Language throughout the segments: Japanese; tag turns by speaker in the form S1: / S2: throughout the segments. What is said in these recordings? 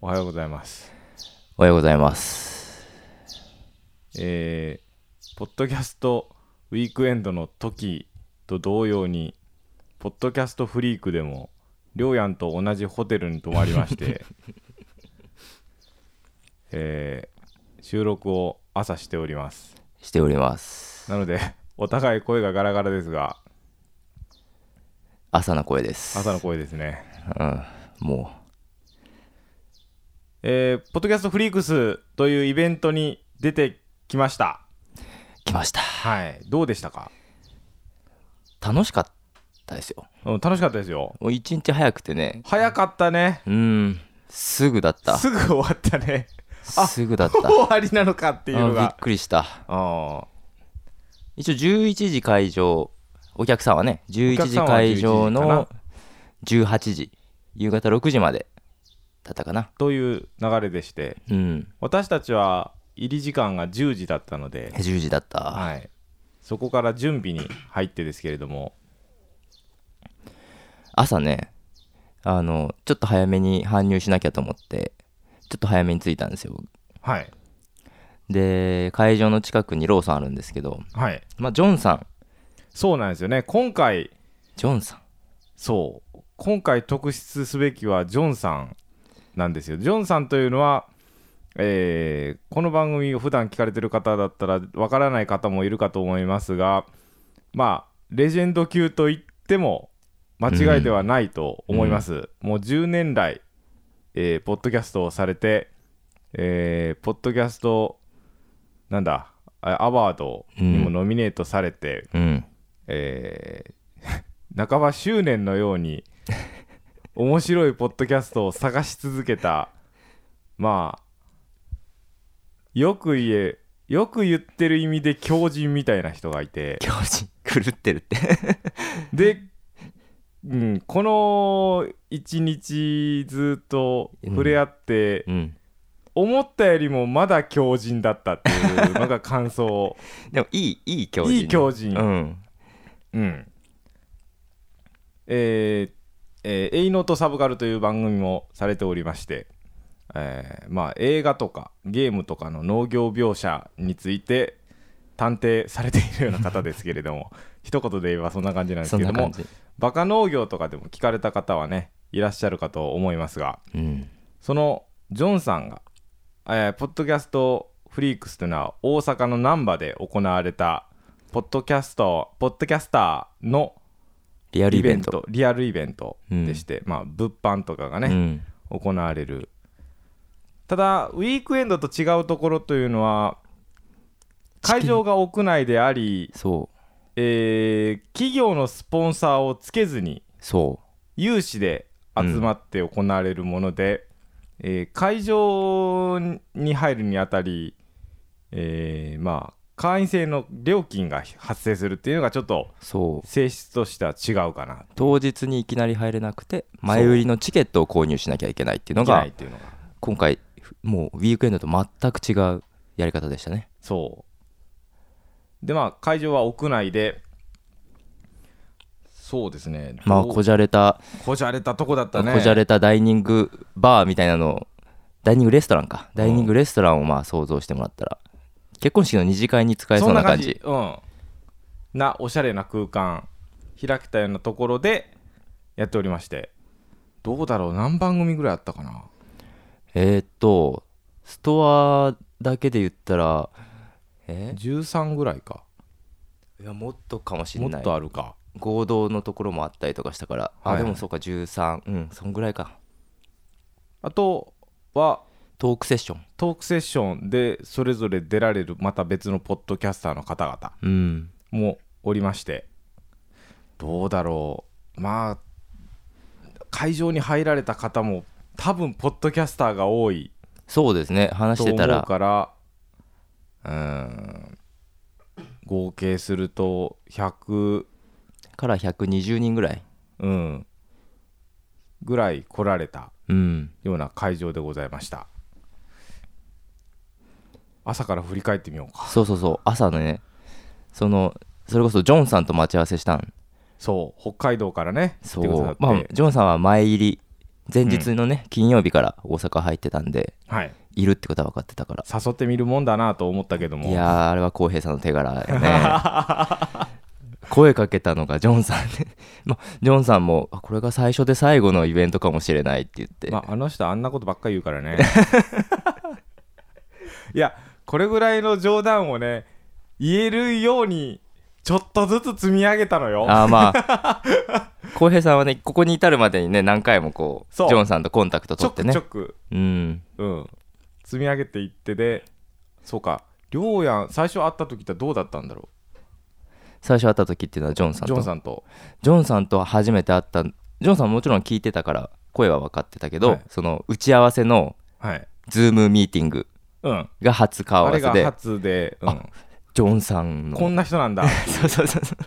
S1: おはようございます。
S2: おはようございます。
S1: えー、ポッドキャストウィークエンドの時と同様に、ポッドキャストフリークでも、りょうやんと同じホテルに泊まりま して、えー収録を朝しております。
S2: しております。
S1: なので、お互い声がガラガラですが、
S2: 朝の声です。
S1: 朝の声ですね。
S2: うん。も
S1: えー、ポッドキャストフリークスというイベントに出てきました。
S2: う、来ました。
S1: はい。どうでしたか
S2: 楽しかったですよ。
S1: うん楽しかったですよ。
S2: もう一日早くてね。
S1: 早かったね。
S2: うん。すぐだった。す
S1: すぐ終わったねあ
S2: ぐだった。
S1: 終わりなのかっていう
S2: あ
S1: の
S2: びっ
S1: が
S2: くりした。
S1: ああ
S2: 一応11時会場、お客さんはね、11
S1: 客
S2: 時
S1: さんは11
S2: 会
S1: 時
S2: 場
S1: かな
S2: の18時、夕方6時までだったかな。
S1: という流れでして
S2: うん。
S1: 私たちは入り時間が10時だったので、
S2: 10時だった。
S1: はい、そこから準備に入ってですけれども
S2: 朝ね、あの、ちょっと早めに搬入しなきゃと思って、ちょっと早めに着いたんですよ、僕
S1: はい
S2: で会場の近くにローソンあるんですけど、
S1: はい
S2: まあ、ジョンさん
S1: そうなんですよね今回
S2: ジョンさん
S1: そう今回特筆すべきはジョンさんなんですよジョンさんというのはえーこの番組を普段聞かれてる方だったらわからない方もいるかと思いますがまあレジェンド級と言っても間違いではないと思います、もう10年来、えーポッドキャストをされて、えーポッドキャストなんだあアワードにもノミネートされて、
S2: うん
S1: えー 半ば執念のように面白いポッドキャストを探し続けたまあよく言えよく言ってる意味で狂人みたいな人がいて
S2: 教授狂ってるって
S1: で、うん、この一日ずっと触れ合って、
S2: うん
S1: 思ったよりもまだ狂人だったっていうのが感想
S2: でもいいいい教授
S1: いい狂人、
S2: うん
S1: うん。えーえー、エイノとサブカルという番組もされておりまして、えーまあ、映画とかゲームとかの農業描写について探偵されているような方ですけれども 一言で言えばそんな感じなんです
S2: そ
S1: け
S2: ん
S1: れ
S2: な
S1: ど
S2: 感
S1: も
S2: じ
S1: バカ農業とかでも聞かれた方はねいらっしゃるかと思いますが
S2: うん
S1: そのジョンさんが、えーポッドキャストフリークスというのは大阪の難波で行われたポッドキャストポッドキャスターの
S2: リアルイ
S1: イベ
S2: ベ
S1: ン
S2: ント
S1: トリアルイベントでして、まあ物販とかがね、行われるただウィークエンドと違うところというのは会場が屋内であり
S2: うん、そう
S1: えー企業のスポンサーをつけずに
S2: そ
S1: 有志で集まって行われるもので、えー会場に入るにあたり、えーまあ会員制の料金が発生するっていうのがちょっと
S2: うそう
S1: 性質としては違うかな
S2: 当日にいきなり入れなくて前売りのチケットを購入しなきゃいけないっていうの
S1: いけな
S2: が
S1: いっていうのが
S2: 今回もうウィークエンドと全く違うやり方でしたね
S1: そうでまあ会場は屋内でそうですね
S2: まあ
S1: どう
S2: こじゃれた
S1: こじゃれたとこだったね
S2: こじゃれたダイニングバーみたいなのをダイニングレストランかダイニングレストランをまあ想像してもらったら結婚式の二次会に使えそうな感じ
S1: そんな感じうんなおしゃれな空間開けたようなところでやっておりましてどうだろう何番組ぐらいあったかな
S2: えーっとストアだけで言ったらえ
S1: 13ぐらいか
S2: いやもっとかもしれ
S1: も
S2: な
S1: っ
S2: い
S1: とあるか
S2: 合同のところもあったりとかしたから、
S1: はい
S2: あでもそうか13うんそんぐらいか
S1: あとは
S2: トークセッション
S1: トークセッションでそれぞれ出られるまた別のポッドキャスターの方々
S2: うん
S1: もおりましてどうだろうまあ会場に入られた方も多分ポッドキャスターが多い
S2: そうですね話
S1: と
S2: して
S1: 思う
S2: たら
S1: からうーん合計すると100、
S2: から120人ぐらい
S1: うん、ぐらい来られた
S2: うん
S1: ような会場でございました朝から振り返ってみようか
S2: そうそうそう朝のねそのそれこそジョンさんと待ち合わせしたん
S1: そう北海道からね
S2: そ
S1: 来てくださって、
S2: うまあジョンさんは前入り前日のね、金曜日から大阪入ってたんで
S1: はい、
S2: いるってことは分かってたから
S1: 誘ってみるもんだなと思ったけども
S2: いやーあれは浩平さんの手柄やね 声かけたのがジョンさんで、 ま、ジョンさんもあこれが最初で最後のイベントかもしれないって言って、
S1: まあ、あの人あんなことばっかり言う からねいやこれぐらいの冗談をね言えるようにちょっとずつ積み上げたのよ
S2: あーまあ浩平さんはねここに至るまでにね何回もこう
S1: そう
S2: ジョンさんとコンタクト
S1: ち
S2: 取
S1: ょ
S2: って
S1: く
S2: ね
S1: ちょく、
S2: うん
S1: うん、積み上げていってでそうかりょうやん最初会った時ってどうだったんだろ
S2: 最初会った時っていうのはジョンさ
S1: うんジ
S2: と
S1: ョンさんと
S2: ジョンさんと初めて会ったジョンさんももちろん聞いてたから声は分かってたけど、
S1: はい
S2: その打ち合わせの
S1: はい
S2: ズームミーティング
S1: うん
S2: が初
S1: あ
S2: 顔合わ
S1: れ
S2: せ
S1: が
S2: で
S1: 初で、うん
S2: あジョンさんの
S1: こんな人なん だ
S2: そうそうそうそう、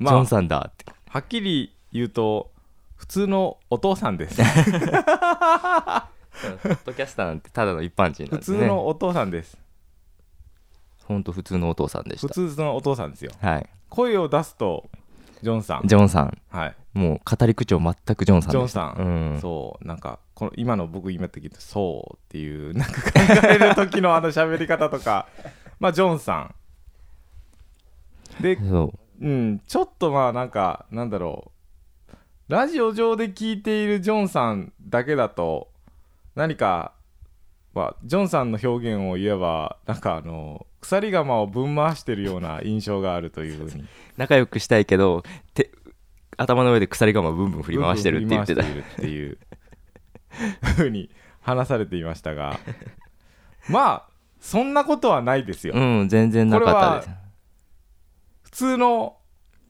S1: ま
S2: ジョ
S1: あ
S2: ンさんだって
S1: はっきり言うと普通のお父さん です
S2: ポッドキャスターなんてただの一般人な
S1: 普
S2: んです
S1: 通
S2: ね
S1: のお父さんです
S2: ほんと普通のお父さんでし
S1: 普通のお父さんですよ
S2: たはい
S1: 声を出すとジョンさん
S2: ジョンさん
S1: はい
S2: もう語り口調全くジョンさん
S1: ジョン
S2: でした
S1: さん、
S2: うん
S1: そうなんかこの今の僕今やってきてそうっていうなんか考える時のあの喋り方とか まあジョンさんで
S2: そう
S1: うんちょっとまあなんかなんだろうラジオ上で聞いているジョンさんだけだと何かまあジョンさんの表現を言えばなんかあの鎖釜をぶん回してるような印象があるというふうに
S2: 仲良くしたいけど手頭の上で鎖釜ブンブン振り回してるって言ってた
S1: 振り回しているっていうふうに話されていました がまあそんなことはないですよ、
S2: うん全然なかったで
S1: 普通の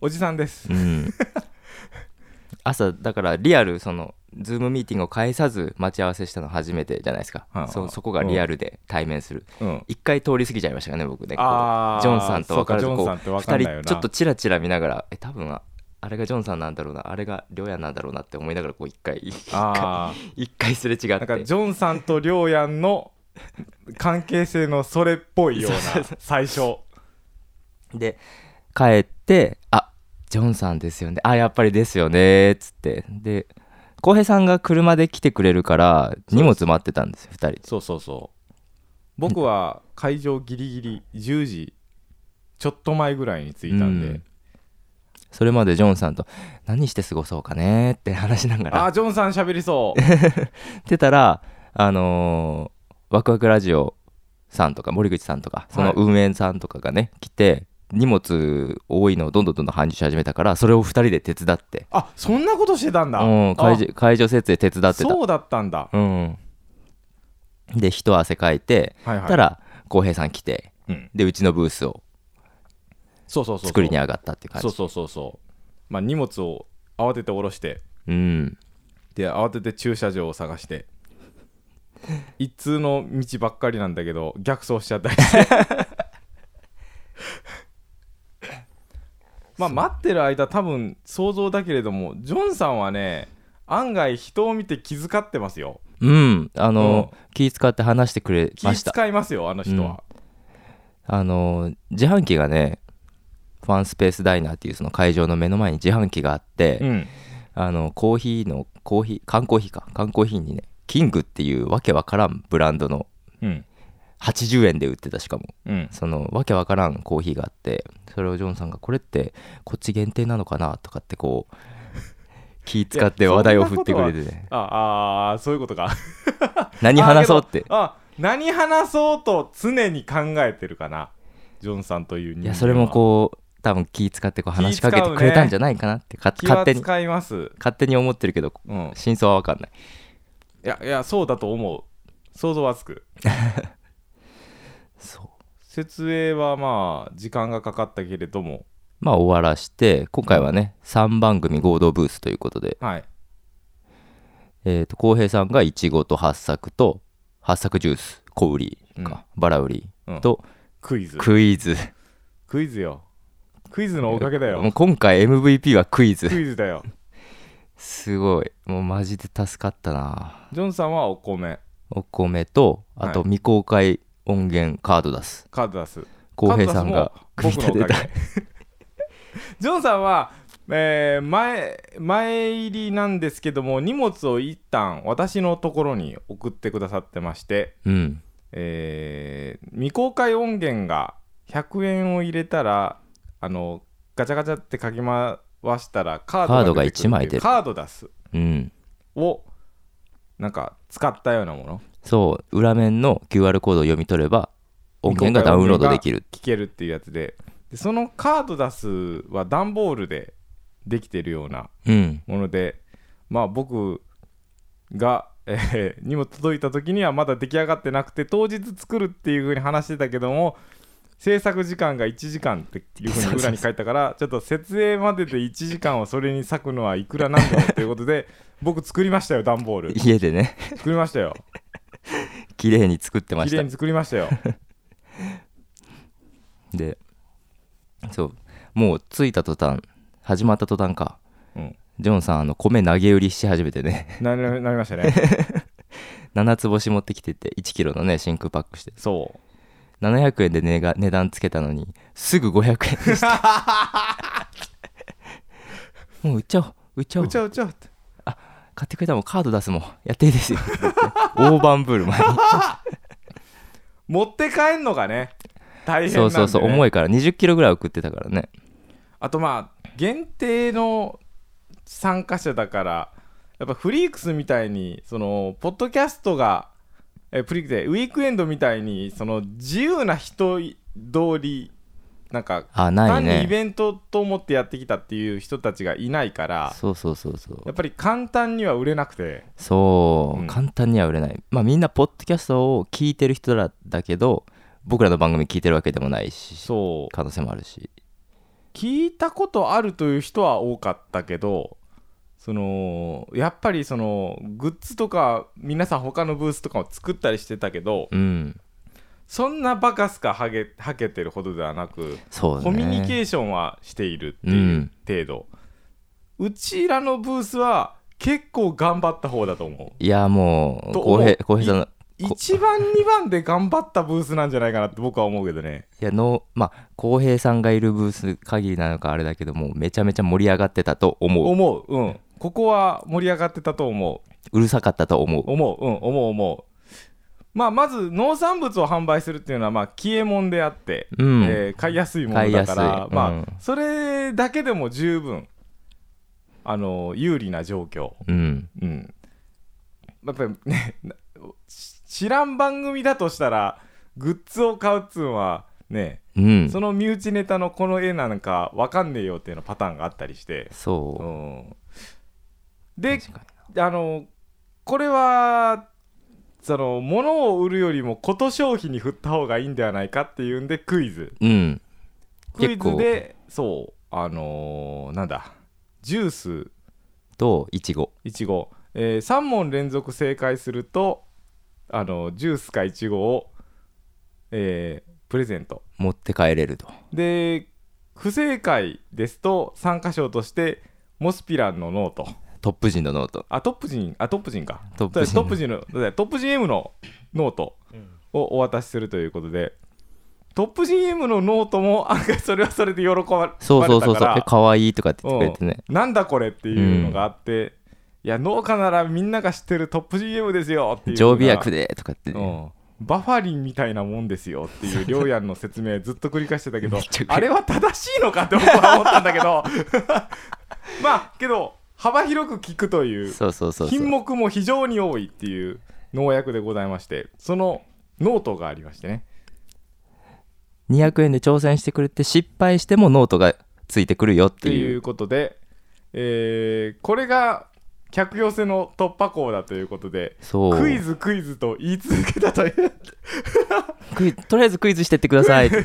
S1: おじさんです
S2: す、うん、朝だからリアルそのズームミーティングを返さず待ち合わせしたの初めてじゃないですか、
S1: はいはい
S2: そうそこがリアルで対面する
S1: うん
S2: 一回通り過ぎちゃいましたからね僕ねこう
S1: あー
S2: ジョンさんと分かる
S1: そ
S2: と
S1: うかジョ
S2: こ
S1: ン
S2: う
S1: さんって分か
S2: 2
S1: んないよな
S2: 人ちょっとチラチラ見ながらえ多分ああれがジョンさんなんだろうなあれがりょうやんなんだろうなって思いながらこう一回
S1: あー
S2: 一回すれ違
S1: な
S2: っ
S1: んか
S2: て
S1: ジョンさんとりょうやんの関係性のそれっぽいような最初
S2: で帰ってあジョンさんですよねあやっぱりですよねっつってで浩平さんが車で来てくれるから荷物待ってたんですよ2人で
S1: そうそうそう僕は会場ギリギリ10時ちょっと前ぐらいに着いたんで、
S2: うんそれまでジョンさんと何して過ごそうかねって話しながら
S1: ああジョンさん喋りそう
S2: ってたら、あのーワクワクラジオさんとか森口さんとかその運営さんとかがね、来て荷物多いのをどんどんどんどん搬入し始めたからそれを2人で手伝って、
S1: あそんなことしてたんだ、
S2: うん、会場会場設営手伝
S1: あ
S2: ってた
S1: そうだったんだ、
S2: うん、で一汗かいて、
S1: はいはい
S2: たら浩平さん来て
S1: うん、
S2: でうちのブースを
S1: そうそうそう
S2: 作りに上がったっていう感
S1: そ
S2: じ
S1: うそうそうそうまあ荷物を慌てて下ろして
S2: うん、
S1: で慌てて駐車場を探して一通の道ばっかりなんだけど逆走しちゃったりして まあ待ってる間多分想像だけれどもジョンさんはね案外人を見て気遣ってますよ
S2: うん、あのー、気使って話してくれ
S1: 気
S2: ました
S1: 遣いますよあの人は、
S2: あの自販機がねファンスペースダイナーっていうその会場の目の前に自販機があって、
S1: うん
S2: あのコーヒーのコーヒー缶コーヒーか缶コーヒーにねキングっていうわけわからんブランドの
S1: うん
S2: 80円で売ってたしかも
S1: うん
S2: そのわけわからんコーヒーがあってそれをジョンさんがこれってこっち限定なのかなとかってこう 気使って話題を振ってくれてね
S1: ああーそういうことか
S2: 何話そうって
S1: あ何話そうと常に考えてるかなジョンさんという人間はい
S2: やそれもこう多分気使ってこう話しかけてくれたんじゃないかなって、か
S1: 気
S2: 勝
S1: は
S2: 手に
S1: 使います、
S2: 勝手に思ってるけど
S1: うん、
S2: 真相は分かんない
S1: いやいやそうだと思う想像はつく
S2: そう
S1: 設営はまあ時間がかかったけれども
S2: まあ終わらして今回はね3番組合同ブースということで
S1: はい
S2: えーと浩平さんがいちごと八作と八作ジュース小売りか、バラ売り
S1: うん
S2: と
S1: クイズ
S2: クイズ
S1: クイズよクイズのおかげだ
S2: も
S1: よ
S2: う今回 MVP はクイズ
S1: クイズだよ
S2: すごいもうマジで助かったな
S1: ジョンさんはお米
S2: お米とあと
S1: は
S2: 未公開音源カード出す
S1: カード出す
S2: 浩平さんが
S1: カード出すも僕のおか
S2: 組み
S1: げジョンさんはえー前前入りなんですけども荷物を一旦私のところに送ってくださってまして、
S2: うん
S1: えー未公開音源が100円を入れたらあのガチャガチャってかき回したらカードが出てくるっ
S2: カードが一
S1: ていう
S2: 枚出る
S1: カード出す
S2: うん
S1: をなんか使ったようなもの
S2: そう裏面の QR コードを読み取れば音源がダウンロードできる
S1: 聞けるっていうやつででそのカード出すは段ボールでできてるような
S2: うん
S1: ものでまあ僕が、えー、荷物届いた時にはまだ出来上がってなくて当日作るっていう風に話してたけども制作時間が1時間っていう風に裏に書いた からちょっと設営までで1時間をそれに割くのはいくらなんだろうということで僕作りましたよ段ボール
S2: 家でね
S1: 作りましたよ
S2: 綺麗に作って ま
S1: 綺
S2: し
S1: 麗
S2: た
S1: に作りましたよ
S2: でそうもう着いた途端始まった途端か、
S1: うん
S2: ジョンさんあの米投げ売りし始めてね
S1: なりなりましたね
S2: 7つ星持ってきてて1キロのね真空パックして
S1: そう
S2: 700円で値が値段つけたのにすぐ500円でした もう売っちゃおう売っちゃおう
S1: うちゃうちゃうって
S2: 買ってくれたらもうカード出すもんやっていいですよ大盤振 る舞い
S1: 持って帰んのがね大変なんで、ね、
S2: そうそうそう重いから2 0キロぐらい送ってたからね
S1: あとまあ限定の参加者だからやっぱフリークスみたいにそのポッドキャストがえプリクでウィークエンドみたいにその自由な人通りなんか
S2: あない
S1: 単にイ
S2: ね
S1: ベントと思ってやってきたっていう人たちがいないから
S2: そうそうそうそう
S1: やっぱり簡単には売れなくて
S2: そう、
S1: うん
S2: 簡単には売れないまあみんなポッドキャストを聞いてる人らだけど僕らの番組聞いてるわけでもないし
S1: そう
S2: 可能性もあるし
S1: 聞いたことあるという人は多かったけどそのやっぱりそのグッズとか皆さん他のブースとかを作ったりしてたけど
S2: うん
S1: そんなバカすかはげはけてるほどではなく、
S2: そうね
S1: コミュニケ
S2: ー
S1: ーションはしているっていう程度、うちらのブースは結構頑張った方だと思う
S2: いやもう
S1: と
S2: 浩
S1: 思
S2: 平
S1: う
S2: 浩平さんのこ
S1: 1番2番で頑張ったブースなんじゃないかなって僕は思うけどね
S2: いやのまあ浩平さんがいるブース限りなのかあれだけどもめちゃめちゃ盛り上がってたと思う
S1: 思ううんここは盛り上がってたと思う
S2: うるさかったと思う
S1: 思ううん思う思うまあまず農産物を販売するっていうのはまあ消えもんであって、
S2: うん、
S1: えー買いやすいものだか
S2: 買いや
S1: ら、
S2: すい
S1: まあ、
S2: うん
S1: それだけでも十分あの有利な状況、
S2: うん
S1: うん、やっぱりねなし知らん番組だとしたらグッズを買うっつうんはね、
S2: うん
S1: その身内ネタのこの絵なんかわかんねえよっていうのパターンがあったりして、う
S2: そ
S1: ん、
S2: う
S1: で
S2: 確かに
S1: あのこれはその物を売るよりもこと消費に振った方がいいんではないかっていうんでクイズ
S2: うん
S1: クイ
S2: 結構
S1: ズでそうあのーなんだジュース
S2: といちご
S1: いちご、え3問連続正解するとあのジュースかいちごを、えープレゼント
S2: 持って帰れると
S1: で不正解ですと参加賞としてモスピランのノート
S2: トップ陣のノート
S1: あトップ陣あトップ陣か
S2: トッ
S1: ト
S2: プ陣
S1: ップ陣のだってトップ GM のノートをお渡しするということでトップ GM のノートも 案外それはそれで喜ばれたから
S2: そうそうそうそうえかわいいとかって言ってくれてね
S1: なんだこれっていうのがあって、いや農家ならみんなが知ってるトップ GM ですよっていう
S2: 常備薬
S1: で、
S2: でとかって
S1: う
S2: ね
S1: ん、バファリンみたいなもんですよっていうりょうやんの説明ずっと繰り返してたけど
S2: めっちゃ繰り
S1: あれは正しいのかって僕は思ったんだけど まあけど幅広く聞くという
S2: そうそうそうそう
S1: 品目も非常に多いっていう農薬でございましてそのノートがありましてね
S2: 200円で挑戦してくれて失敗してもノートがついてくるよっ
S1: ってて
S2: い
S1: いううことで、えーこれが客寄せの突破口だということで
S2: そう
S1: クイズクイズと言い続けたという
S2: クイズとりあえずクイズしてってく ださいで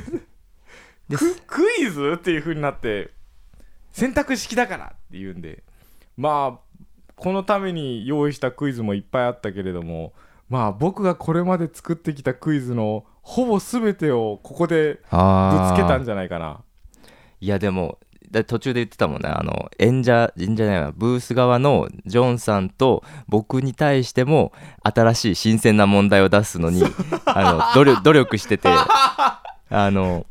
S2: す
S1: ククイズっていう風になって選択式だからっていうんでまあこのために用意したクイズもいっぱいあったけれどもまあ僕がこれまで作ってきたクイズのほぼ全てをここでぶつ
S2: あー
S1: けたんじゃないかない
S2: やでもだ途中で言ってたもんねあの演者演者じゃないわブース側のジョンさんと僕に対しても新しい新鮮な問題を出すの にあの努力努力しててあの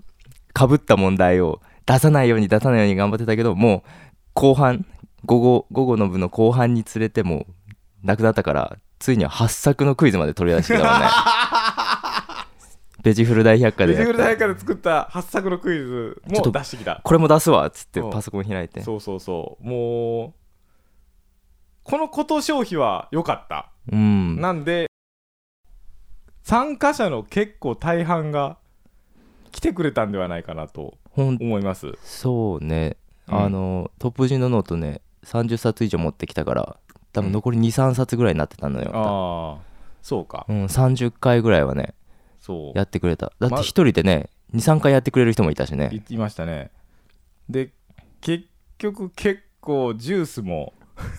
S2: かぶった問題を出さないように出さないように頑張ってたけどもう後半午後午後の部の後半につれてもうなくなったからついには8作のクイズまで取り出してき たもんねベジフル大百科で
S1: ベ
S2: や
S1: ジ
S2: っ
S1: フ
S2: た
S1: ル大から作った8作のクイズ
S2: ちょっ
S1: も
S2: と
S1: 出してきた
S2: これも出すわっつって
S1: うん
S2: パソコン開いて
S1: そうそうそうもうこのこと消費は良かった、
S2: うん
S1: なんで参加者の結構大半が来てくれたんではないかなと
S2: ほん
S1: 思います
S2: そうね、
S1: うん
S2: あのトップ G のノートね30冊以上持ってきたから多分残り23冊ぐらいになってたのよ、
S1: ああそうか
S2: うん、30回ぐらいはね
S1: そう
S2: やってくれただって
S1: ま
S2: 一人でね23回やってくれる人もいたしね
S1: 言っていましたねで結局結構ジュースも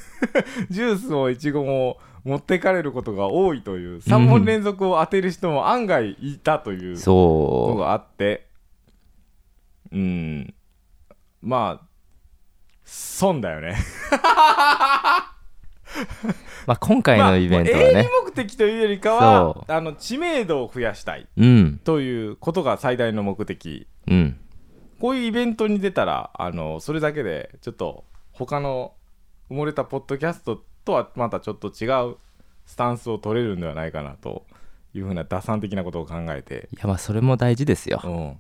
S1: ジュースもいちごも持ってかれることが多いという3本連続を当てる人も案外いたというの
S2: そ
S1: があってうんまあ損だよね
S2: う、まあ、今回のイベントは
S1: まあ
S2: ね、
S1: 営利目的というよりか
S2: そ
S1: はあの知名度を増やしたい
S2: うん
S1: ということが最大の目的
S2: うん
S1: こういうイベントに出たらあのそれだけでちょっと他の埋もれたポッドキャストとはまたちょっと違うスタンスを取れるんではないかなというふうな打算的なことを考えて、
S2: いやまあそれも大事ですよ
S1: うん、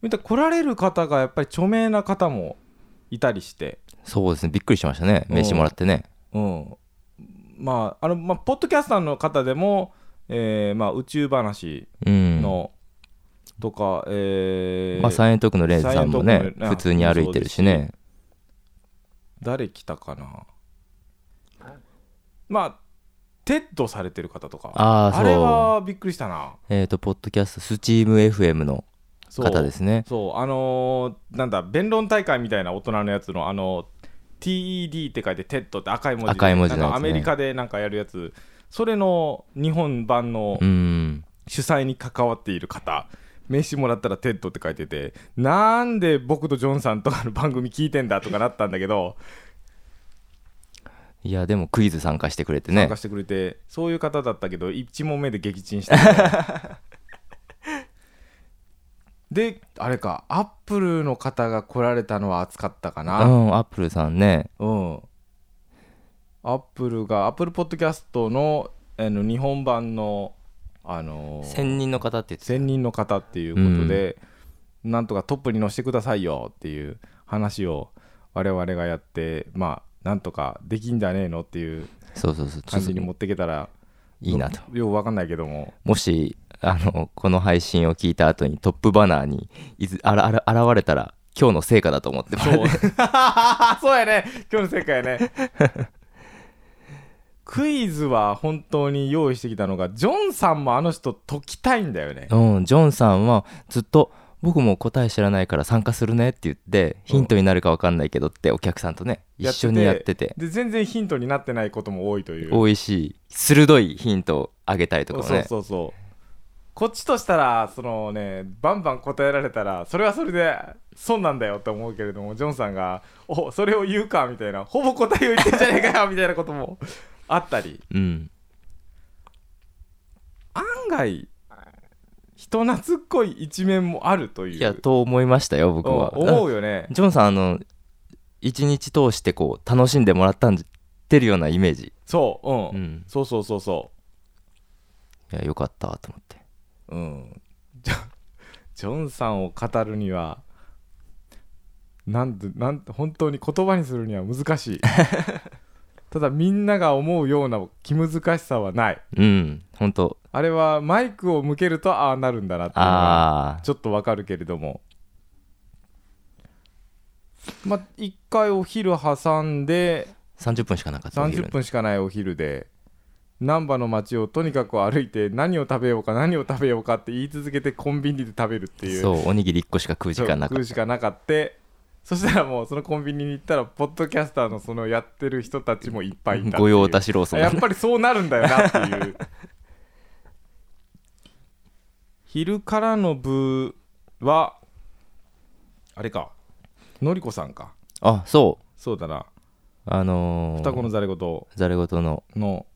S1: 見た来られる方がやっぱり著名な方もいたりして、
S2: そうですねびっくりしましたね
S1: うん
S2: 名刺もらってね
S1: うん、まああの、まあ、ポッドキャスターの方でも、えーまあ、宇宙話
S2: うん
S1: の、とか、えー
S2: まあ、サイエントークのレンズさんも
S1: サイエント
S2: ね
S1: ークのレン
S2: 普通に歩いてるしね
S1: 誰来たかなまあテッドされてる方とか
S2: ああそう
S1: れはびっくりしたな
S2: えっ、とポッドキャストスチーム FM の
S1: そう
S2: 方ですね
S1: そうあのーなんだ弁論大会みたいな大人のやつのあの TED って書いてテッドって赤い文字で
S2: 赤い文字のやつね
S1: なんかアメリカでなんかやるやつそれの日本版の
S2: うん
S1: 主催に関わっている方、名刺もらったらテッドって書いててなんで僕とジョンさんとかの番組聞いてんだとかなったんだけど
S2: いやでもクイズ参加してくれて
S1: 参
S2: ね
S1: 加してくれて、そういう方だったけど1問目で撃沈して であれかアップルの方が来られたのは暑かったか
S2: う
S1: なん
S2: アップルさんね
S1: うんアップルがアップルポッドキャストのあの日本版のあのー
S2: 1000人の方って言って
S1: 専任の方っていうことで、なんとかトップに乗せてくださいよっていう話を我々がやってまあなんとかできんじゃねえのっていう
S2: そうそうそうちょ
S1: 感
S2: っと
S1: じに持っていけたら
S2: いいなと
S1: よくわかんないけども
S2: もしあのこの配信を聞いた後にトップバナーにいずあらあら現れたら今日の成果だと思ってもらって
S1: そうやね今日の世界やね クイズは本当に用意してきたのがジョンさんもあの人解きたいんだよね
S2: うんジョンさんはずっと僕も答え知らないから参加するねって言ってヒントになるか分かんないけどってお客さんとね
S1: や
S2: 一
S1: ってて
S2: 緒にやってて
S1: で全然ヒントになってないことも多いという
S2: 多いし鋭いヒントをあげたりとかも
S1: そう
S2: ね
S1: そうそうこっちとしたらそのねバンバン答えられたらそれはそれで損なんだよって思うけれどもジョンさんが「おそれを言うか」みたいなほぼ答えを言ってんじゃねえかよみたいなこともあったり
S2: うん
S1: 案外人懐っこい一面もあるという
S2: いやと思いましたよ僕
S1: うん
S2: は
S1: 思うよね
S2: ジョンさんあの一日通してこう楽しんでもらったんじてるようなイメージ、
S1: そううん、
S2: うん、
S1: そうそうそうそ
S2: いやよかったと思って
S1: ううんジョンジョンさんを語るにはなんてなんて本当に言葉にするには難 しいただみんなが思うような気難しさはない
S2: うん本当
S1: あれはマイクを向けるとああなるんだなっていうのが
S2: ああ
S1: ちょっとわかるけれどもまあ一回お昼挟んで
S2: 30分しかなかったお昼
S1: 30分しかないお昼で難波の街をとにかく歩いて何を食べようか何を食べようかって言い続けてコンビニで食べるっていう
S2: そうおにぎり1個しか食う時間なか
S1: 食
S2: っ
S1: うしかなかってそしたらもうそのコンビニに行ったらポッドキャスターのそのやってる人たちもいっぱいいたって
S2: た
S1: いう
S2: 御用達ローソン
S1: やっぱりそうなるんだよなっていう昼からの部はあれかのりこさんか
S2: あそう
S1: そうだな
S2: あのー、
S1: 双子のざれ言
S2: ざれ言の
S1: の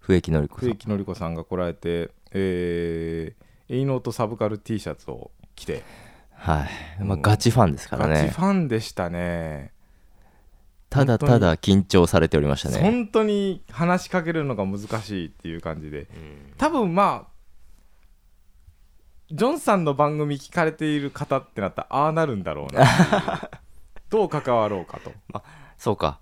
S2: 笛木のり子さ
S1: 植
S2: ん
S1: 木のり子さんがこらえてえー、エイノートサブカル T シャツを着て
S2: はい、
S1: う
S2: まあ、
S1: ん
S2: ガチファンですから
S1: ガチ
S2: ね
S1: ファンでしたね
S2: ただただ緊張されておりましたね
S1: 本当に話しかけるのが難しいっていう感じで多分まあジョンさんの番組聞かれている方ってなったらああなるんだろうなって いうどう関わろうかと
S2: そうか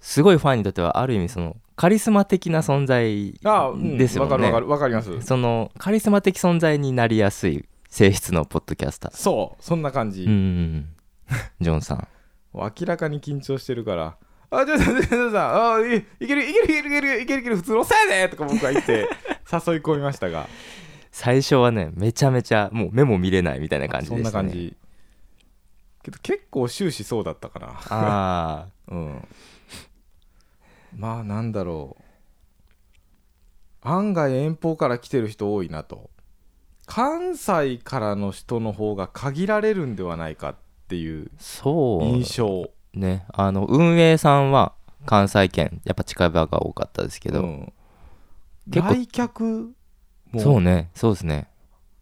S2: すごいファンにとってはある意味そのカリスマ的な存在
S1: ああ、うん、
S2: ですよ
S1: わかるわか
S2: ね
S1: るわかります
S2: そのカリスマ的存在になりやすい性質のポッドキャスター
S1: そうそんな感じ、
S2: うんうんうんジョンさん
S1: 明らかに緊張してるから「あジョンさんジョンさんジョンさんあいいけるいけるいけるいけるいけるいける普通のさやで!」とか僕は 言って誘い込みましたが
S2: 最初はねめちゃめちゃもう目も見れないみたいな感じでした
S1: そん
S2: ね
S1: な感じけど結構終始そうだったかな
S2: ああ
S1: うんまあなんだろう案外遠方から来てる人多いなと関西からの人の方が限られるんではないかっていう
S2: そう
S1: 印象
S2: ねあの運営さんは関西圏やっぱ近場が多かったですけど、
S1: うん
S2: 結構
S1: 来客
S2: そう
S1: も
S2: ねそうですね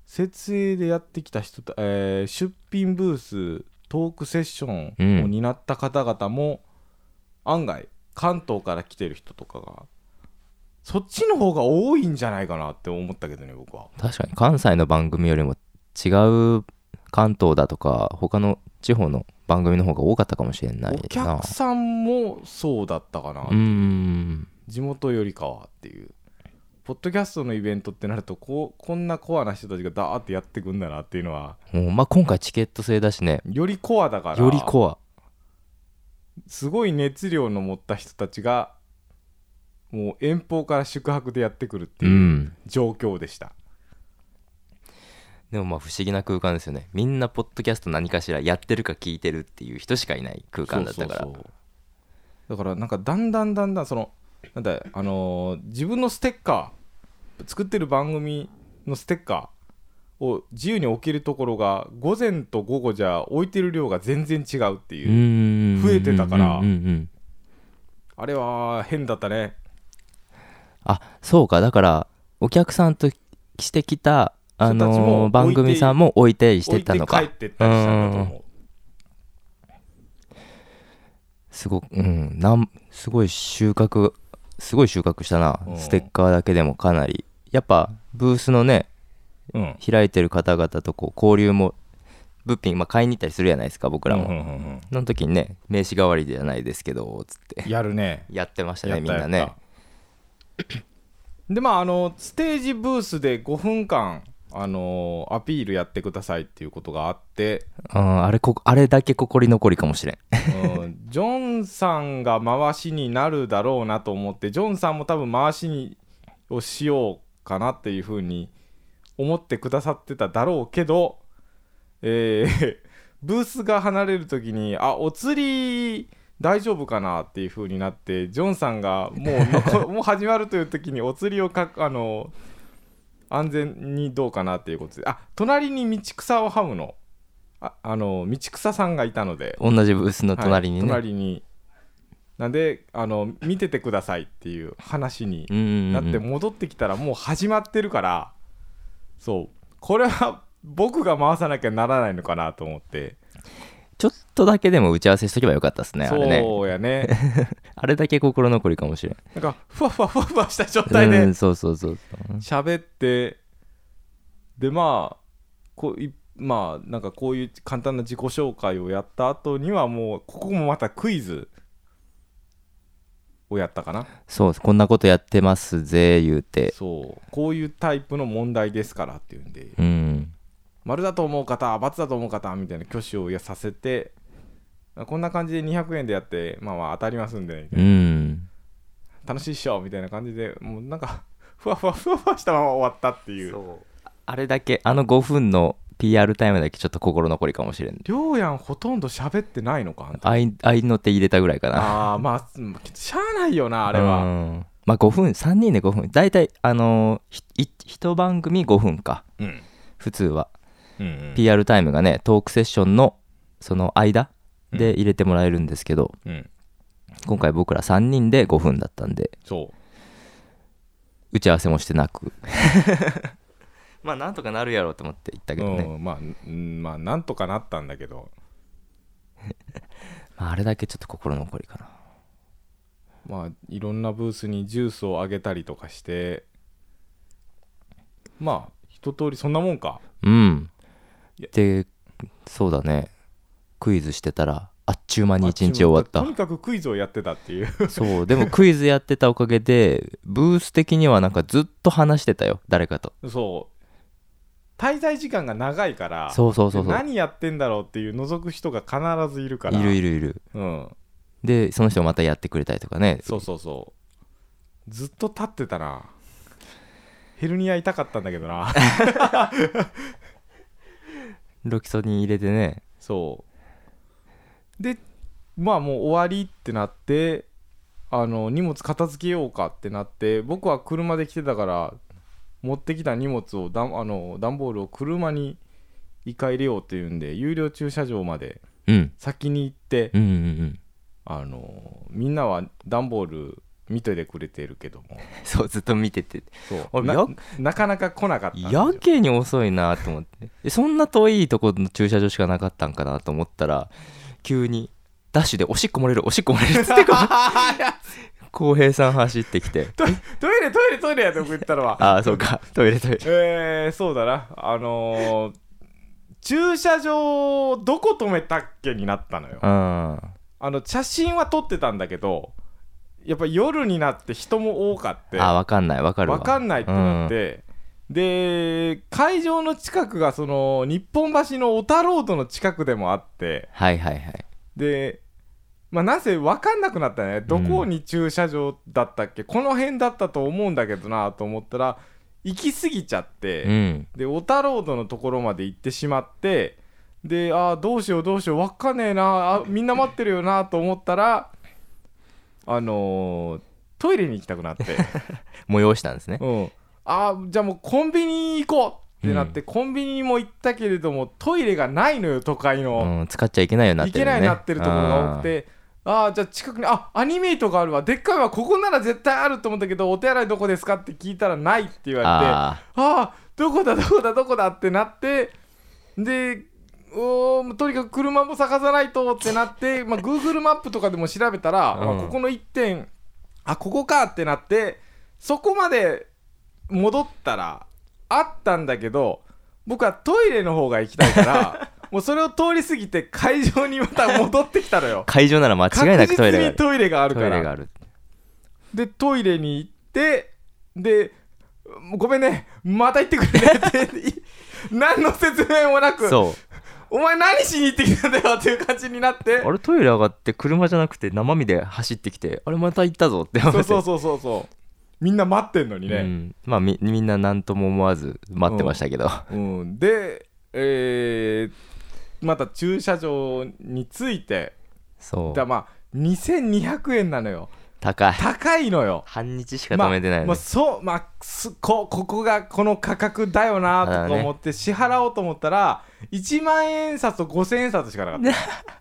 S1: 設営でやってきた人た、えー出品ブーストークセッショ
S2: うん
S1: ンを担った方々も、案外関東から来てる人とかがそっちの方が多いんじゃないかなって思ったけどね僕は
S2: 確かに関西の番組よりも違う関東だとか他の地方の番組の方が多かったかもしれないな
S1: お客さんもそうだったかな、
S2: うーん
S1: 地元よりかはっていうポッドキャストのイベントってなるとこうこんなコアな人たちがダーってやってくんだなっていうのは
S2: もうまあ今回チケット制だしね
S1: よりコアだから
S2: よりコア
S1: すごい熱量の持った人たちがもう遠方から宿泊でやってくるって
S2: う
S1: いうん状況でした、
S2: でもまあ不思議な空間ですよねみんなポッドキャスト何かしらやってるか聞いてるっていう人しかいない空間だったから
S1: そうそうそうだからなんかだんだんだんだんそのなんだあのー自分のステッカー作ってる番組のステッカーを自由に置けるところが午前と午後じゃ置いてる量が全然違うっていう
S2: う、ーん
S1: 増えてたから
S2: うんうんうん
S1: あれは変だったね
S2: あそうかだからお客さんとしてきた、あ
S1: 人たち
S2: の
S1: も
S2: ー番組さんも置いてりしてた
S1: 置
S2: の
S1: い
S2: か
S1: て帰ってったりしたんだと思う
S2: すごくうんなんすごい収穫すごい収穫したな
S1: うん
S2: ステッカーだけでもかなりやっぱブースのね
S1: うん
S2: 開いてる方々とこう交流も物品、まあ、買いに行ったりするじゃないですか僕らも、
S1: うんうんうん
S2: その時にね名刺代わりじゃないですけどつって
S1: うんやるね
S2: やってました
S1: や
S2: ね
S1: っ
S2: みん
S1: たや
S2: な
S1: った
S2: ね
S1: でまああのステージブースで5分間あのアピールやってくださいっていうことがあって、
S2: うんあれこあれだけ心残りかもしれん
S1: うん、ジョンさんが回しになるだろうなと思ってジョンさんも多分回しにをしようかなっていうふうに思ってくださってただろうけど、えー ブースが離れる時にあお釣り大丈夫かなっていう風になってジョンさんがもう残もう始まるという時にお釣りをかあの安全にどうかなっていうことであ隣に道草をはむのああの道草さんがいたので
S2: 同じブースの隣に
S1: はい
S2: ね、
S1: 隣になんであの見ててくださいっていう話に
S2: うんうん
S1: だ
S2: う
S1: っ
S2: ん
S1: て戻ってきたらもう始まってるからそうこれは僕が回さなきゃならないのかなと思って
S2: ちょっとだけでも打ち合わせしとけばよかったですね、あれね。
S1: そうや ね
S2: あれだけ心残りかもしれん。
S1: なんかふわふわふわふわした状態で
S2: うん、そうそうそうそう。
S1: 喋ってでまあこういまあなんかこういう簡単な自己紹介をやった後にはもうここもまたクイズをやったかな
S2: そう、こんなことやってますぜ、言うて。
S1: そうこういうタイプの問題ですからっていうんで
S2: うん。
S1: 丸だと思う方×だと思う方みたいな挙手をさせてこんな感じで200円でやってまあまあ当たりますんで、
S2: うん。
S1: 楽しいっしょみたいな感じでもうなんか ふわふわふわふわしたまま終わったっていう
S2: あれだけ、あの5分の PR タイムだけちょっと心残りかもしれん。
S1: りょうやんほとんど喋ってないのかあんた
S2: あいあいの手入れたぐらいかな。
S1: あーまあうんしゃあないよなあれ
S2: う
S1: は
S2: んまあ5分、3人で5分。大体、あのーひ、1番組5分か、
S1: うん、
S2: 普通は。
S1: うん
S2: PR タイムがね、トークセッションのその間で入れてもらえるんですけど、
S1: うん、
S2: 今回僕ら3人で5分だったんで
S1: そ
S2: 打ち合わせもしてなく まあなんとかなるやろうと思って行った
S1: う、
S2: けどね、
S1: うんまあ、うんまあなんとかなったんだけど
S2: あれだけちょっと心残りかな
S1: まあいろんなブースにジュースをあげたりとかしてまあ一通りそんなもんか
S2: うん
S1: いや
S2: でそうだねクイズしてたらあっちゅう間に一日終わっ
S1: と
S2: た
S1: にかくクイズをやってたっていう
S2: そうでもクイズやってたおかげでブース的にはなんかずっと話してたよ誰かと
S1: そう滞在時間が長いから
S2: そうそうそう
S1: で
S2: そう
S1: 何やってんだろうっていう覗く人が必ずいるから
S2: いるいるいる
S1: うん、
S2: でその人がまたやってくれたりとかね
S1: そうそうそうずっと立ってたなヘルニア痛かったんだけどな
S2: ロキソニン入れてね
S1: そうでまあもう終わりってなってあの荷物片付けようかってなって僕は車で来てたから持ってきた荷物をダンあの段ボールを車に一回入れようっていうんで有料駐車場まで
S2: うん
S1: 先に行って、
S2: うんうんうん
S1: あのみんなは段ボール見といてくれてるけども
S2: そうずっと見てて
S1: そ
S2: あ
S1: うな
S2: や
S1: なかなか来なかったんです
S2: や
S1: よ
S2: けに遅いなと思ってえそんな遠いとこの駐車場しかなかったんかなと思ったら急にダッシュでおしっこ漏れるおしっこ漏れるっつってこ う浩平さん走ってきて
S1: トイレトイレトイレやって僕言ったのは
S2: ああそうかトイレトイレ
S1: えー、そうだなあのー駐車場どこ止めたっけになったのよ
S2: うん
S1: あの写真は撮ってたんだけどやっぱ夜になって人も多かって
S2: あわかんないわかるわ
S1: わかんないってなって、で会場の近くがその日本橋の小田ロードの近くでもあって
S2: はいはいはい
S1: で、まあ、なぜ分かんなくなったねどこに駐車場だったっけ、この辺だったと思うんだけどなと思ったら行き過ぎちゃって、
S2: うん
S1: でオタロードのところまで行ってしまってであーどうしようどうしよう分かんねえなあみんな待ってるよなと思ったらあのートイレに行きたくな って、
S2: 催したんですね
S1: うん、あーじゃあもうコンビニ行こうってなって、コンビニも行ったけれどもトイレがないのよ都会の。
S2: うん使っちゃいけないようになっ
S1: い
S2: て
S1: け
S2: る
S1: な
S2: ね
S1: いなってるところが多くてああーじゃあ近くにあアニメイトがあるわでっかいわここなら絶対あると思ったけどお手洗いどこですかって聞いたらないって言われてあ
S2: あ
S1: あーどこだどこだどこだってなってでおーもうとにかく車も探さないとってなって、まあ、Google マップとかでも調べたら、
S2: うん
S1: あここの1点あここかってなってそこまで戻ったらあったんだけど僕はトイレの方が行きたいから もうそれを通り過ぎて会場にまた戻ってきたのよ
S2: ー会場なら間 違いなくトイ
S1: 確実
S2: レがあ
S1: に
S2: る
S1: トイレがある
S2: ト
S1: か
S2: イ
S1: ら
S2: レがある
S1: でトイレに行ってでごめんねまた行ってくれって い何の説明もなく
S2: そう
S1: お前何しに行ってきたんだよっていう感じになって
S2: あれトイレ上がって車じゃなくて生身で走ってきてあれまた行ったぞって思って
S1: そうそうそうそうそうみんな待ってんのに
S2: う
S1: ね、
S2: ん、まあみみんな何とも思わず待ってましたけど、
S1: うんで、えーまた駐車場に着いて
S2: そう
S1: だまあ2200円なのよ
S2: 高い
S1: 高いのよ
S2: 半日しか止めて
S1: ま
S2: ないね
S1: あまあそうまあすこここがこの価格だよなとか思って支払おうと思ったら1万円札と5000円札しかなかった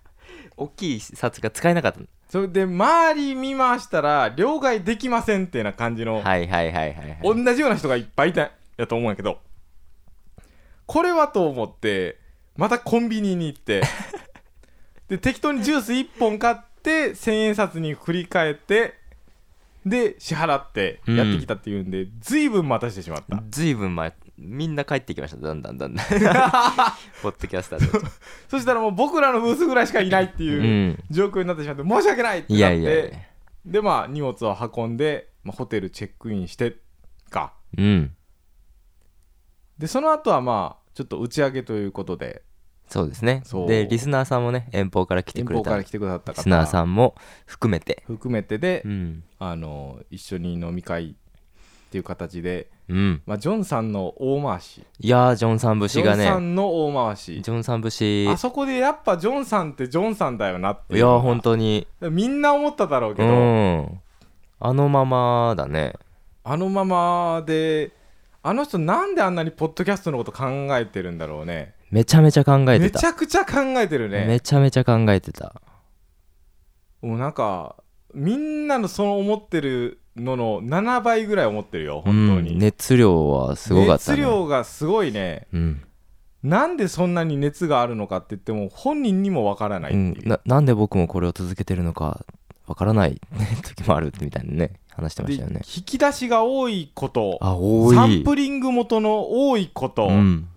S2: 大きい札が使えなかった
S1: それで周り見回したら両替できませんっていうな感じの、
S2: はいはいはいはい、はい、
S1: 同じような人がいっぱいいたやと思うんやけどこれはと思ってまたコンビニに行って で適当にジュース1本買って1000円札に振り替えてで支払ってやってきたっていうんで、ずいぶん待たしてしまった
S2: ずいぶん前みんな帰ってきましただんだんだ んだんポッドキャスターで
S1: そしたらもう僕らのブースぐらいしかいないって
S2: う
S1: いうん状況になってしまって申し訳ないって
S2: い
S1: なっ
S2: や
S1: て
S2: いやいや
S1: でまあ荷物を運んで、まあ、ホテルチェックインしてか
S2: うん
S1: でその後はまあちょっと打ち上げということで
S2: そうですね
S1: そう
S2: でリスナーさんもね遠方から来て
S1: 遠
S2: くれ
S1: 方か
S2: た
S1: ら
S2: リ
S1: 来てくださった
S2: スナー
S1: 方
S2: さんも含めて
S1: 含めてで、
S2: うん
S1: あの一緒に飲み会っていう形で、
S2: うん
S1: まあ、ジョンさんの大回し
S2: いやージョンさん
S1: ジ
S2: 節
S1: ョ
S2: が
S1: ンさ
S2: ね
S1: んの大回し
S2: ジョンさん節
S1: あそこでやっぱジョンさんってジョンさんだよなって
S2: い
S1: いう
S2: やー
S1: のが
S2: 本当に
S1: みんな思っただろうけ
S2: う
S1: ど、
S2: んあのままだね
S1: あのままであの人なんであんなにポッドキャストのこと考えてるんだろうね
S2: めちゃめちゃ考えて
S1: め
S2: た
S1: ちゃくちゃ考えてるね
S2: めちゃめちゃ考えてた
S1: もうなんかみんなのその思ってるのの7倍ぐらい思ってるよ本当に、
S2: うん熱量はすごかった、
S1: 熱
S2: ね、
S1: 量がすごいね
S2: うん
S1: なんでそんなに熱があるのかって言っても本人にもわからないっ
S2: う
S1: てい
S2: ん
S1: う、
S2: ななんで僕もこれを続けてるのかわからない 時もあるみたいなね話してま
S1: で
S2: したよね
S1: 引き出しが多いこと
S2: あ多い
S1: サンプリング元の多いこと、う
S2: うんん、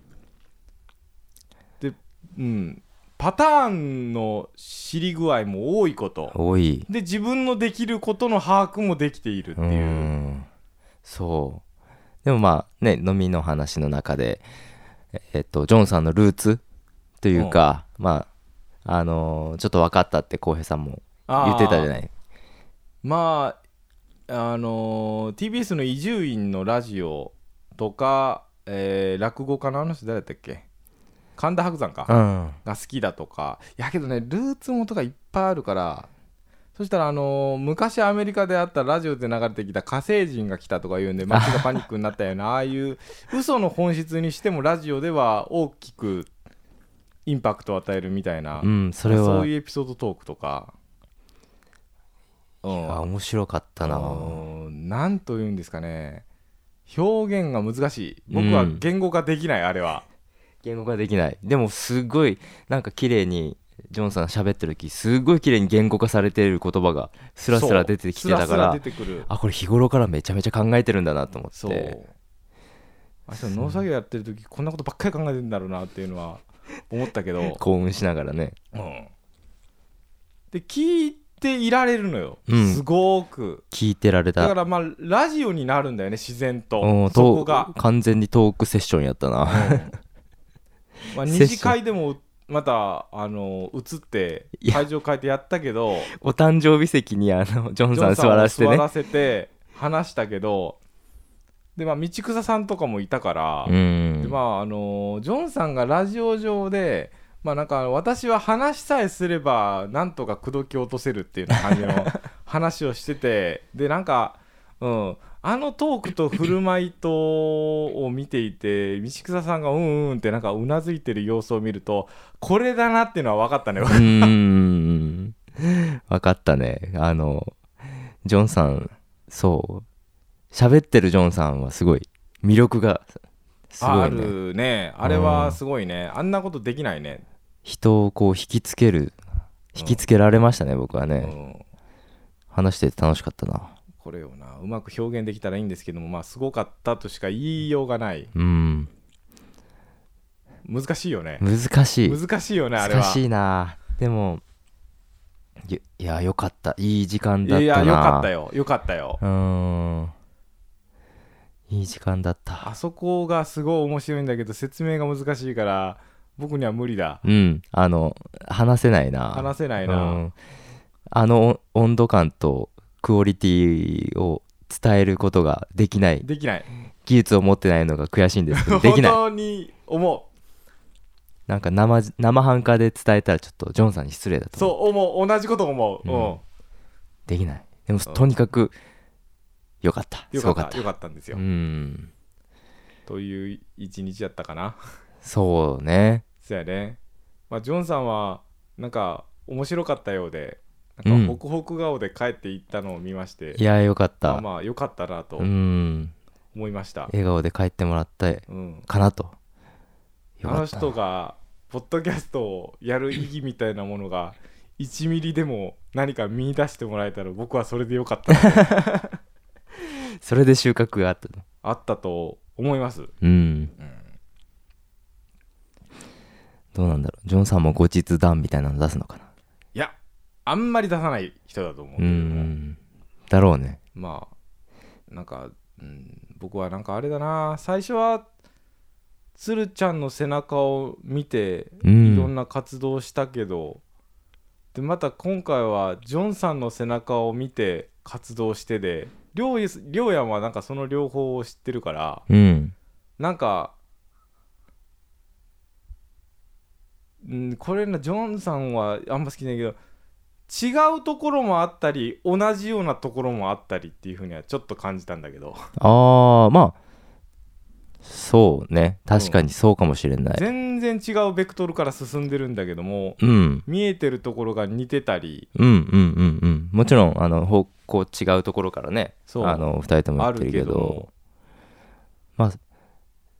S1: パターンの知り具合も多いこと
S2: 多い
S1: で自分のできることの把握もできているって
S2: う
S1: いう、
S2: んそうでもまあね飲みの話の中でええっとジョンさんのルーツというか、まああのーちょっと分かったって浩平さんも
S1: あー
S2: 言ってたじゃない
S1: まああのー TBS の伊集院のラジオとか、えー落語家のあの人誰だったっけ神田伯山か、
S2: うん
S1: が好きだとかいやけどねルーツもとかいっぱいあるからそしたらあのー昔アメリカであったラジオで流れてきた火星人が来たとか言 うんで街がパニックになったようなああいう嘘の本質にしてもラジオでは大きくインパクトを与えるみたいな、
S2: うんそれは
S1: ういうエピソードトークとか、うん
S2: あ面白かったな
S1: あのーなんというんですかね表現が難しい僕は
S2: うん
S1: 言語化できない、あれは
S2: 言語化できないでもすごいなんか綺麗にジョンさん喋ってる時すごい綺麗に言語化されてる言葉がスラスラ出てきてたから
S1: そうスラスラ出てくる
S2: あこれ日頃からめちゃめちゃ考えてるんだなと思って、
S1: そうあそう農作業やってる時こんなことばっかり考えてんだろうなっていうのは思ったけど
S2: 興奮しながらね
S1: うんで聞いていられるのよ、
S2: うん
S1: すごく
S2: 聞いてられ
S1: だか
S2: た
S1: らまあラジオになるんだよね自然
S2: う
S1: と
S2: ん
S1: そこが
S2: と、完全にトークセッションやったな
S1: まあ、
S2: セッション
S1: 二次会でもまたあの移って
S2: いや
S1: 会場変えてやったけど
S2: お誕生日席にあ のジョン
S1: ジ
S2: さ
S1: ョ
S2: ん
S1: ン
S2: 座らせて
S1: を
S2: ね
S1: 座らせて話したけどでまあ道草さんとかもいたから、
S2: うん
S1: でまああのージョンさんがラジオ上で、まあ、なんか私は話さえすればなんとか口説き落とせるっていうような感じ の話をしててでなんか、うん、あのトークと振る舞いとを見ていて道草さんがうんうんってなんかうなずいてる様子を見るとこれだなっていうのは分かったね。
S2: うーん。分かったね。あの、ジョンさん、そう。喋ってるジョンさんはすごい、魅力が す
S1: あ
S2: ご
S1: あ
S2: いね。
S1: るねあれはすごいねあんなことできないね、
S2: 人をこう引きつける、引きつけられましたね、僕は
S1: う
S2: ね。
S1: ん、
S2: 話してて楽しかったな。
S1: これをなうまく表現できたらいいんですけどもまあすごかったとしか言いようがない
S2: うん。
S1: 難しいよね
S2: 難しい。
S1: 難しいよねあれは
S2: 難しいな。でも、ゆいや、よかった。いい時間だったな。
S1: いやよかったよよかったよ
S2: うーん。いい時間だった。
S1: あそこがすごい面白いんだけど説明が難しいから僕には無理だ
S2: うん。あの、話せないな。
S1: 話せない
S2: うん
S1: な、
S2: あの温度感とクオリティを伝えることができない
S1: できない
S2: 技術を持ってないのが悔しい んですけどできない
S1: 本当に思う
S2: なんか生じ生半可で伝えたらちょっとジョンさんに失礼だと思う
S1: そう思う同じこと思う、
S2: うん
S1: う
S2: できないでも
S1: うん
S2: とにかくよかった
S1: ん、よ
S2: す
S1: か
S2: ご
S1: った
S2: かった
S1: よかったんですよ、
S2: うん
S1: という一日だったかな
S2: そうね
S1: そうやねまあジョンさんはなんか面白かったようで
S2: う
S1: なんんかホクホク顔で帰っていったのを見まして、
S2: いやよかっ
S1: まあ
S2: た
S1: まあ良かったなと
S2: うん
S1: 思いました、
S2: 笑顔で帰ってもらった
S1: うん、
S2: かなとよ
S1: あ
S2: か
S1: の
S2: った
S1: 人がポッドキャストをやる意義みたいなものが1ミリでも何か見出してもらえたら僕はそれでよかった な
S2: それで収穫があった
S1: あったと思います
S2: うん、どうなんだろうジョンさんも後日談みたいなの出すのかない
S1: やあんまり出さない人だと思うけ
S2: う
S1: ども
S2: んだろうね
S1: まあなんか、うん、僕はなんかあれだな最初は鶴ちゃんの背中を見て
S2: う
S1: いろん
S2: ん
S1: な活動をしたけど、でまた今回はジョンさんの背中を見て活動してでりょうやりょうやんはなんかその両方を知ってるから
S2: うん
S1: なんか、うん、これなジョンさんはあんま好きじゃないけど違うところもあったり同じようなところもあったりっていうふうにはちょっと感じたんだけど
S2: ああまあそうね確かにそうかもしれない
S1: 全然違うベクトルから進んでるんだけども
S2: うんうん
S1: 見えてるところが似てたり
S2: うんうんうんもちろんあの方向違うところからね
S1: そう
S2: あの2人とも
S1: あ
S2: 言って
S1: る
S2: る
S1: け
S2: け
S1: ども
S2: ど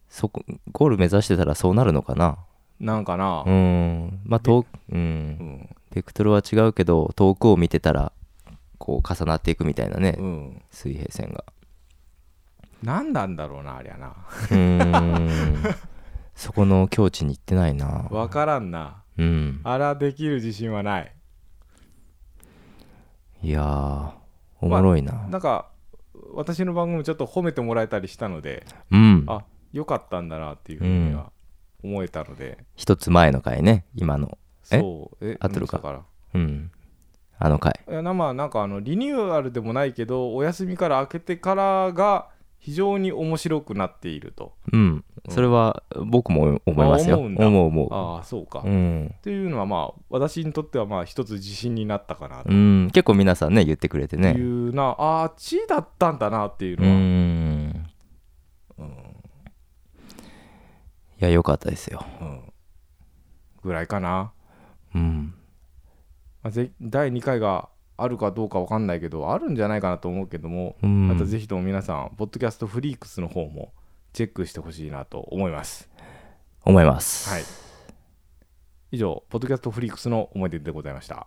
S2: そこゴール目指してたらそうなるのかな
S1: なんかな
S2: う、んまあ遠う
S1: うんん
S2: ベクトルは違うけど遠くを見てたらこう重なっていくみたいなね、
S1: うん、
S2: 水平線が
S1: 何なんだろうなありゃな
S2: うーんそこの境地に行ってないな
S1: 分からんな
S2: うん
S1: あらできる自信はない
S2: いやーおもろいな、
S1: なんか私の番組ちょっと褒めてもらえたりしたので
S2: うん
S1: あ良かったんだなっていうふうには思えたので、
S2: 一つ前の回ね今のえ
S1: そうえ
S2: 合ってるか
S1: だから
S2: うんあの回
S1: いやなまあなんかあのリニューアルでもないけどお休みから明けてからが非常に面白くなっていると
S2: うんそれは僕も思いますよ
S1: あ思うんだ
S2: 思う思う
S1: ああそうか、
S2: う
S1: っ
S2: ん、
S1: ていうのはまあ私にとってはまあ一つ自信になったかなっ
S2: うん、結構皆さんね言ってくれて
S1: て
S2: ね
S1: いうな、ああっちだったんだなっていう
S2: う
S1: のは、
S2: んいや良かったですよ
S1: うんぐらいかな、
S2: うん
S1: まあ、ぜ第2回があるかどうかわかんないけどあるんじゃないかなと思うけども、
S2: うん
S1: またぜひとも皆さんポッドキャストフリークスの方もチェックしてほしいなと思います
S2: 思います、
S1: はい。以上、ポッドキャストフリークスの思い出でございました。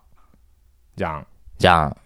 S1: じゃん。
S2: じゃん